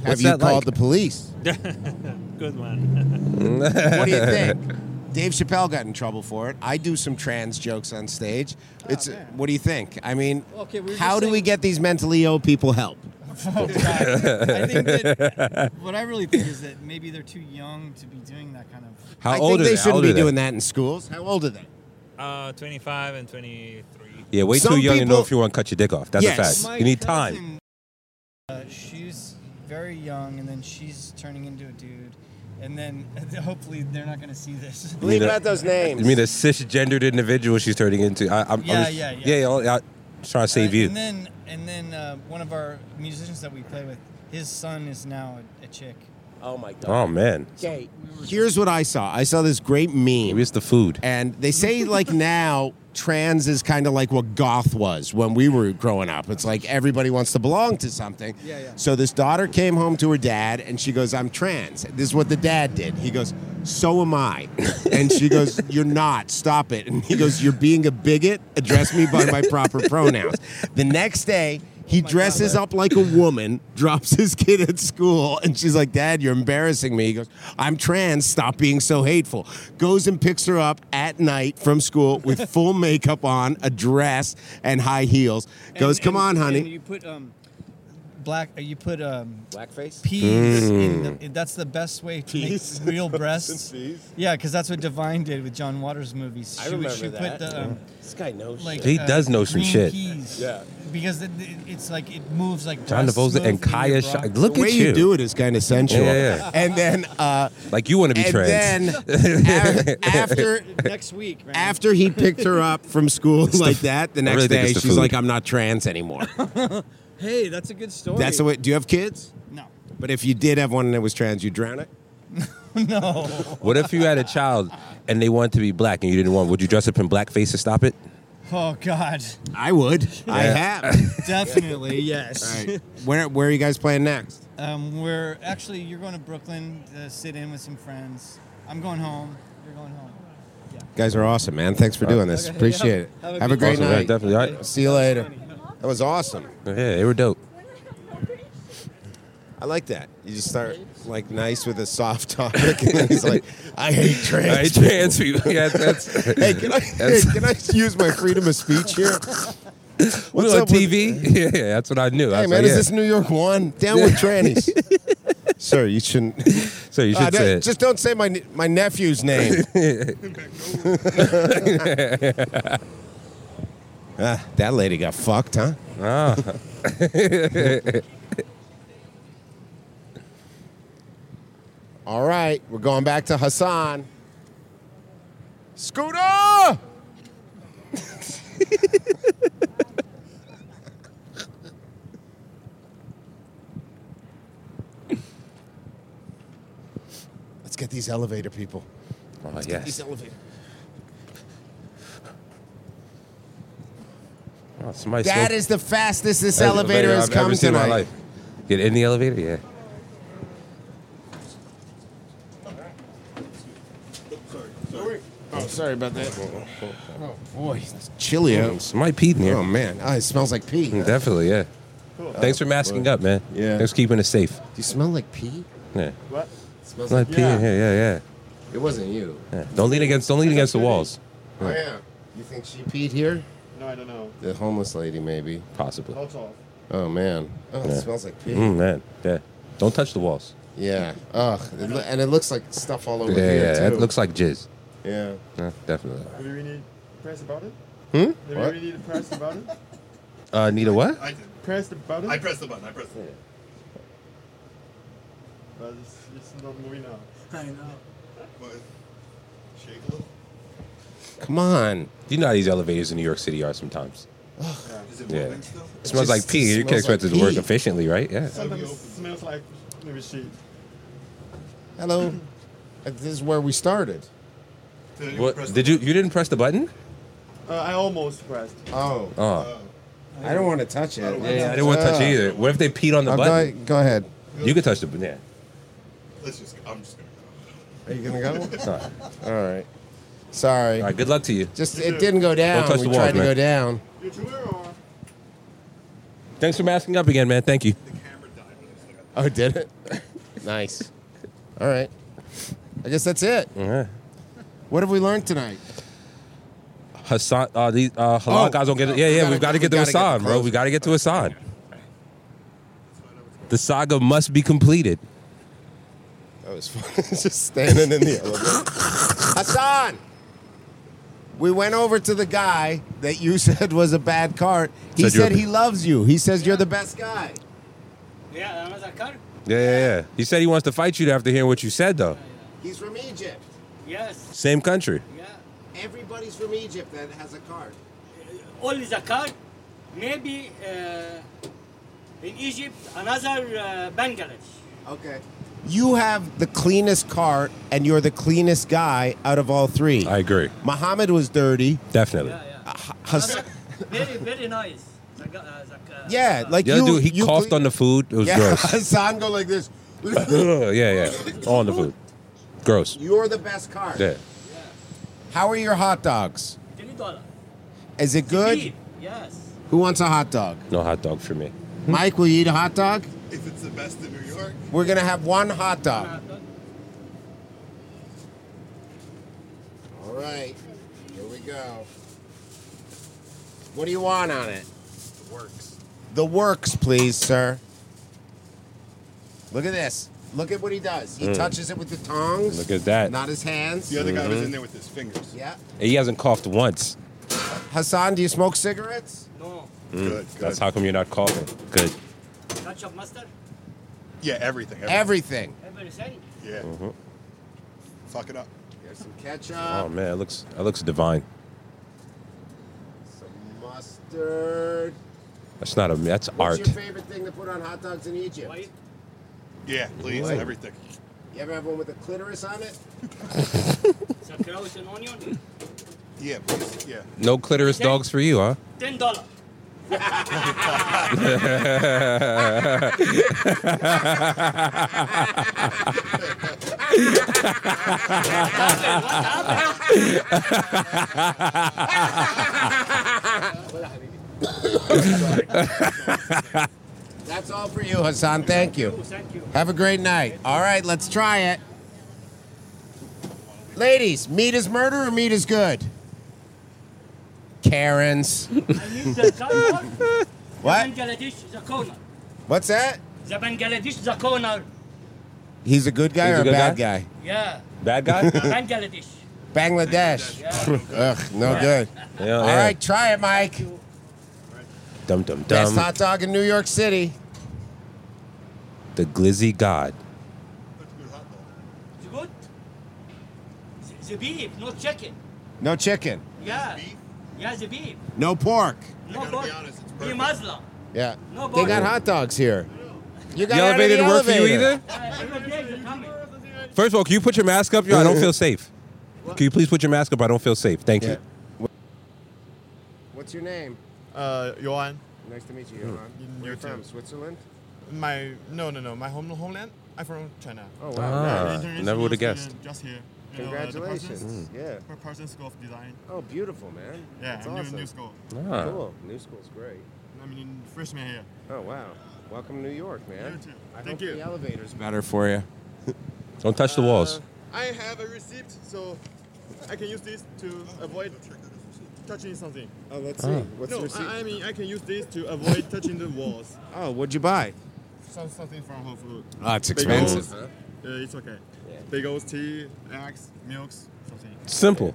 Have you called the police?
Good one.
what do you think? Dave Chappelle got in trouble for it. I do some trans jokes on stage. It's what do you think? I mean,
Okay, we were
how
just
do we get these mentally ill people help?
Oh, God. I think that what I really think is that maybe they're too young to be doing that kind of.
I think they shouldn't be doing that in schools. How old are they?
Uh, 25 and 23.
yeah, way
Some
too young to know
people-
if you want to cut your dick off. That's
Yes.
a
My
fact. You need
cousin,
time.
Uh, she's very young, and then she's turning into a dude, and then hopefully they're not going to see this.
You mean a- You mean a cisgendered individual she's turning into? I, I'm,
Yeah,
I'm just,
yeah, yeah.
yeah. yeah, I'm trying to save
Uh,
you.
And then, and then uh, one of our musicians that we play with, his son is now a, a chick.
Oh my god.
Oh man.
Okay, here's what I saw. I saw this great meme.
Where's the food?
And they say like now trans is kind of like what goth was when we were growing up. It's like everybody wants to belong to something.
Yeah, yeah.
So this daughter came home to her dad and she goes, "I'm trans." This is what the dad did. He goes, "So am I," and she goes, "You're not. Stop it." And he goes, "You're being a bigot. Address me by my proper pronouns." The next day.
Oh
He dresses up like a woman, drops his kid at school, and she's like, Dad, you're embarrassing me. He goes, I'm trans, stop being so hateful. Goes and picks her up at night from school with full makeup on, a dress, and high heels. Goes,
And-
Come on,
and-
honey.
and you put um, black. uh, You put um,
blackface.
Peas.
Mm.
In the, that's the best way to
Peas?
make real
Some
breasts.
peas?
Yeah, because that's what Divine did with John Waters' movies.
I
She would-
remember
she put
that.
the, um,
This guy knows
like,
shit. He
uh,
does know some
green
shit.
Peas. Yeah. Because it, it- it's like it moves like
John
breasts
DeVosa
move in
and
your
Kaya.
bra.
Sh- look
the way
at
you.
you.
do it is kind of sensual.
Yeah, yeah.
And then, uh,
Like you want to be
and
trans.
then a- after
next week, man.
after he picked her up from school
the
like
f-
that, the
I
next
really think
day
it's the
she's
food.
like, "I'm not trans anymore."
Hey, that's a good story.
That's the way. Do you have kids?
No.
But if you did have one that was trans, you drown it.
no.
What if you had a child and they wanted to be black and you didn't want? Would you dress up in blackface to stop it?
Oh God.
I would. I
Yeah.
have.
Definitely yes.
All right. Where Where are you guys playing next?
Um, we're actually you're going to Brooklyn to sit in with some friends. I'm going home. You're going home.
You guys are awesome, man. Thanks for doing this.
Okay,
Appreciate
yeah.
it.
Have
Have
a
a,
good
great
Awesome,
night.
man. Definitely. All right.
See you later. That was awesome.
Yeah, they were dope.
I like that. You just start like nice with a soft topic, and then he's like, "I hate trans."
I hate trans people. Yeah, that's-
hey, can I
that's-
hey, can I use my freedom of speech here?
We
What's
on
up with-
TV? yeah, yeah, that's what I knew. I
Hey
was
man,
like,
is
yeah.
this New York one? Down with trannies. Sir, you shouldn't.
So you
Uh,
should
no,
say it.
Just don't say my ne- my nephew's name. Ah, that lady got fucked, huh?
Ah.
All right, we're going back to Hassan. Scooter! Let's get these elevator people.
Oh,
Let's
yes.
get these elevator.
Oh, somebody
That
smoked-
is the fastest this
That's the
elevator has
I've
come
ever seen in
tonight.
my life. Get in the elevator, yeah.
sorry about that. Oh boy, it's chilly
Oh,
out.
somebody peed in here.
Oh man, oh, it smells like pee.
Mm, Definitely, yeah. Thanks for masking up, man.
Yeah.
Thanks for keeping it safe. Do
you smell like pee?
Yeah.
What?
Smells like pee in here. Yeah, yeah.
It wasn't you.
yeah. Don't lean against. Don't lean against the walls.
Oh yeah. You think she peed here?
No, I don't know.
The homeless lady, maybe.
Possibly.
That's all.
Oh man. Oh,
Yeah.
it smells like pee.
Mm, man. Yeah. Don't touch the walls.
Yeah. Ugh. It lo- and it looks like stuff all over
yeah,
here
yeah.
too.
It looks like jizz.
Yeah.
Yeah, definitely.
Do we really need press about it?
Hmm?
Do we
What?
really need to press about it?
Uh, need a what?
I did.
Press the button?
I pressed the button. I pressed the button.
But it's, it's not moving now.
I know. But shake a little.
Come on. You know how these elevators in New York City are sometimes.
Is
Yeah. It smells like pee. You can't expect it to work efficiently, right? Yeah.
Sometimes it smells like maybe shit.
Hello. Uh, this is where we started.
What? Did you? You didn't press the button?
Uh, I almost pressed.
Oh.
Oh.
I don't want to touch it.
Yeah, I didn't want to touch it either. What if they peed on the
Uh, go
button?
ahead- Go ahead.
You could touch the button. Yeah.
Let's just. I'm just gonna.
Are you gonna go?
Sorry.
All right. Sorry.
All right. Good luck to you.
Just it didn't go down.
Don't touch
we
the walls,
tried to
man.
go down.
Thanks for masking up again, man. Thank you.
Oh, it did it? nice. All right. I guess that's it. What have we learned tonight?
Hassan, uh, these uh, halal
Oh.
guys don't get it. Yeah, yeah,
Gotta-
we've got to get to
we gotta get
Hassan, bro.
close.
We got to get to Hassan. The saga must be completed.
That was fun. Just standing in the elevator. Hassan! We went over to the guy that you said was a bad cart. He
Said you're
said
a-
he loves you. He says you're the best guy.
Yeah, that was a car.
Yeah, yeah, yeah. He said he wants to fight you after hearing what you said, though.
He's from Egypt.
Yes.
Same country.
Everybody's from Egypt that has a cart.
All is a car. Maybe uh, in Egypt, another uh, Bangladesh.
Okay. You have the cleanest cart, and you're the cleanest guy out of all three. I
agree.
Muhammad was dirty.
Definitely.
Uh, Ha- Hass-
Very, very nice. The, gu- uh, the, ca-
yeah, like
The
you.
other dude, he
you
coughed
clean-
on the food. It was
yeah,
gross.
Hassan go like this.
Ugh, yeah, yeah. On the food. Gross.
You're the best cart.
Yeah.
How are your hot dogs?
Three dollar.
Is it good?
Beef, Yes.
Who wants a hot dog?
No hot dog for me.
Mike, will you eat a hot dog?
If it's the best in New York,
We're gonna have one hot dog. All right, here we go. What do you want on it?
it works.
The works, please, sir. Look at this. Look at what he does. He
Mm.
touches it with the tongs.
Look at that.
Not his hands.
The other guy was in
Mhm.
there with his fingers.
Yeah.
He hasn't coughed once.
Hassan, do you smoke cigarettes?
Mm,
Good, good.
That's how come you're not coughing. Good.
Ketchup, mustard,
Yeah, everything.
Everything.
everything.
Yeah.
Mhm.
Fuck it up.
There's some ketchup,
Oh man, it looks it looks divine.
some mustard.
That's not a. That's
What's
art.
your favorite thing to put on hot dogs in Egypt?
Yeah, please.
Wait.
Everything.
You ever have one with a clitoris on it?
The kraut and onion.
Yeah, please. Yeah.
No clitoris dogs for you, huh?
Ten dollar.
That's all for you, Hassan. Thank you.
Thank you.
Have a great night. All right, let's try it. Ladies, meat is murder or meat is good? Karens.
The corner.
What?
Bangladesh, the corner.
What's that?
The Bangladesh, the corner.
He's a good guy
He's a
or a
good
bad guy?
Yeah.
Bad guy?
Bangladesh.
Bangladesh. Ugh, no
Yeah.
good.
Yeah,
All
Oh, yeah.
right, try it, Mike.
dum dum
Best
dum.
hot dog in New York City.
The glizzy god.
It's good. The- The beef, no chicken.
No chicken.
Yeah. Yeah, the beef.
No pork.
No pork. Be Muslim.
Yeah.
No
they
pork.
got hot dogs here. You got
The
out of
elevator
the
didn't work for you
elevator.
either? First of all, can you put your mask up? Yo, I don't feel safe. Can you please put your mask up? I don't feel safe. Thank you.
What's your name?
Uh, Johan.
Nice to meet you,
Hmm.
Johan.
You
Where
too.
from? Switzerland?
My no no no my home homeland. I'm from China.
Oh,
wow. Ah,
Yeah, the
Oh.
never
international
Ah,
would've guessed.
student Just here.
You know, uh, the
Congratulations.
Hmm.
Parsons-
Yeah.
Pa- Parsons School of Design.
Oh, beautiful, man.
Yeah,
That's
new- new
awesome.
school.
Ah.
Cool. New school's great.
I mean, freshman here.
Oh, wow. Welcome to New York, man.
You too.
I
Thank
hope
you.
the elevator's
Better for you. Don't touch the walls.
I have a receipt, so I can use this to avoid touching something.
Oh, let's
Oh.
see. What's
no,
your receipt?
I, I mean, I can use this to avoid touching the walls.
oh, what'd you buy?
Some, something from Whole Foods.
Ah, it's
Bagels,
expensive.
Uh, it's okay. Bagels, tea, eggs, milks, something.
Simple.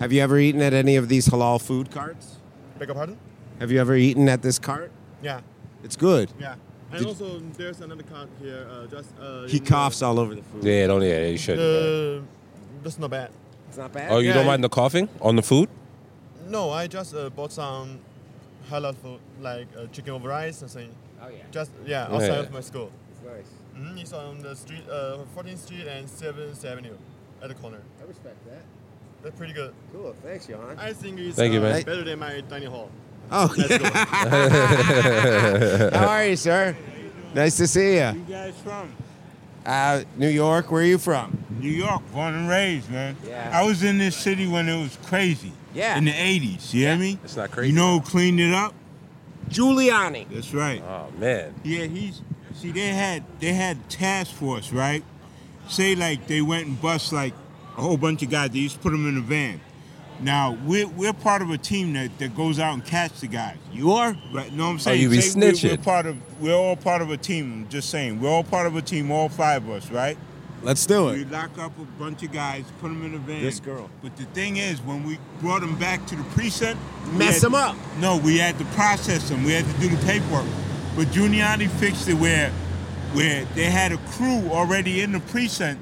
Have you ever eaten at any of these halal food carts?
Beg your pardon?
Have you ever eaten at this cart?
Yeah.
It's good.
Yeah. And
Did-
also, there's another card here. Uh, just uh,
He
in the-
coughs all over the food.
Yeah, don't. Yeah, you should.
Uh, that's not bad.
It's not bad.
Oh, you don't mind the coughing on the food?
No, I just uh, bought some halal food, like uh, chicken over rice and something.
Oh yeah.
Just yeah,
Yeah.
outside of my school.
It's nice.
hmm It's on the street, uh, 14th Street and 7th Avenue, at the corner.
I respect that.
That's pretty good.
Cool. Thanks, Johan.
I think it's
Thank you,
uh,
man.
better than my dining hall.
Oh,
That's good.
How are you, sir? Nice to see you.
guys from?
Uh, New York, where are you from?
New York, born and raised, man.
Yeah.
I was in this city when it was crazy.
Yeah.
In the 80s, you hear me?
It's not
You
crazy.
know who cleaned it up?
Giuliani.
That's right.
Oh man.
Yeah, he's see they had they had task force, right? Say like they went and bust like a whole bunch of guys. They used to put them in a van. Now we're, we're part of a team that, that goes out and catch the guys. You are, right? Know what I'm saying?
Oh, you be
Say we're- We're,
snitching.
part of we're all part of a team. I'm just saying we're all part of a team. All five of us, right?
Let's do
We
it.
lock up a bunch of guys, put them in a van.
This girl.
But the thing is, when we brought them back to the precinct, we
Mess
had-
them up.
No, we had to process them. We had to do the paperwork. But Giuliani fixed it where, where they had a crew already in the precinct.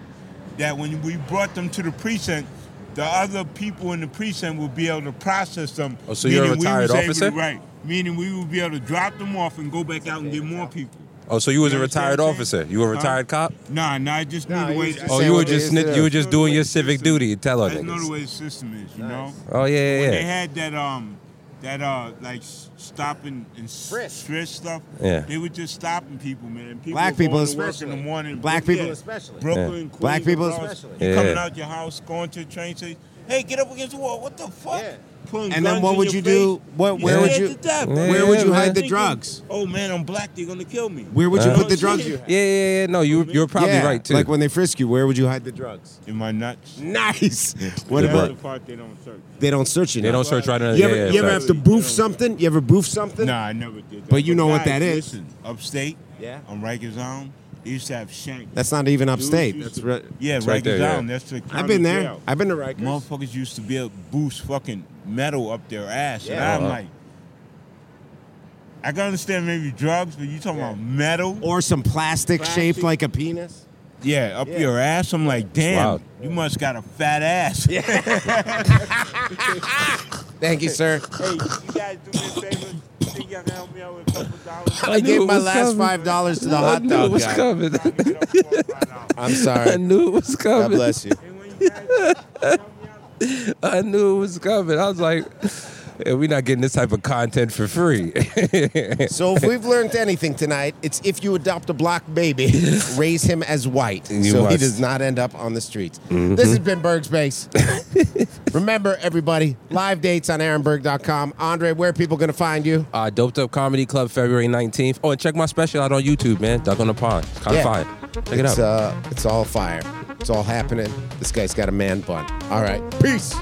That when we brought them to the precinct, the other people in the precinct would be able to process them.
Oh, so you're a
meaning we
retired
was able
officer?
to- right. Meaning we would be able to drop them off and go back out and get more people.
Oh, so you was a
You understand
retired
what I'm
officer. You were a
Huh?
retired cop.
Nah, nah, I just knew the way.
Oh, you were just snitch, you were just doing your civic duty. Tell her
That's not
niggas.
the way the system is, you know.
Oh yeah, yeah,
When they
yeah.
had that um, that uh, like s- stopping and frisk, frisk stuff.
Yeah.
They were just stopping people, man. And people
Black
were
people
going to work in
especially.
the morning.
Black
Bro-
people
yeah.
especially.
Brooklyn,
Yeah.
Queens,
Black people
Bronx.
especially.
You coming
Yeah.
out your house, going to the train station. Hey, get up against the wall. What the fuck? Pulling
And then
guns
what
in
would
your
you do-
face. You're
what- where would
scared
you-
to death, bro.
where would you Yeah, hide man. the drugs?
Oh man, I'm black. They're gonna kill me.
Where would you
Uh,
put the drugs you
Yeah, yeah, yeah. No, you you're probably
Yeah,
right too.
Like when they frisk you, where would you hide the drugs?
In my nuts.
Nice. What
Good
about
luck.
part they don't search.
they don't search you?
They
now.
don't search right under-
You ever,
yeah, yeah,
you ever have
facts.
to boof something? You ever boof something?
Nah, I never did that.
But you know what
guys,
that is.
Listen, upstate.
Yeah.
On Rikers Island, they used to have shank.
That's not even upstate.
Dudes used
That's
to-
right.
Yeah,
It's
Rikers
right there, yeah.
Island. That's the.
I've
county
been there.
jail.
I've been to Rikers.
Motherfuckers used to be able to boost fucking metal up their ass,
Yeah.
and
Uh-huh.
I'm like. I can understand maybe drugs, but you talking about metal
Or some plastic, shaped like a penis?
Yeah, up your ass. I'm like, damn,
wild.
you must got a fat ass.
Thank you, sir.
Hey, you guys do me a favor. Think y'all can help me out with a couple dollars?
I, gave my last five dollars to the hot dog guy. I'm sorry.
I knew it was
God
coming.
bless you.
I knew it was coming. I was like, yeah, we're not getting this type of content for free.
So if we've learned anything tonight, it's if you adopt a black baby, raise him as white, so
You
he
must. Mm-hmm.
does not end up on the streets. This has been Berg's Base. Remember, everybody, live dates on aaronberg.com. Andre, where are people going to find you?
uh, Doped Up Comedy Club, February 19th. Oh, and check my special out on YouTube, man. Duck on the Pond. It's kind
Yeah.
of fire. Check it
it's,
out.
Uh, it's all fire. It's all happening. This guy's got a man bun. All right. Peace.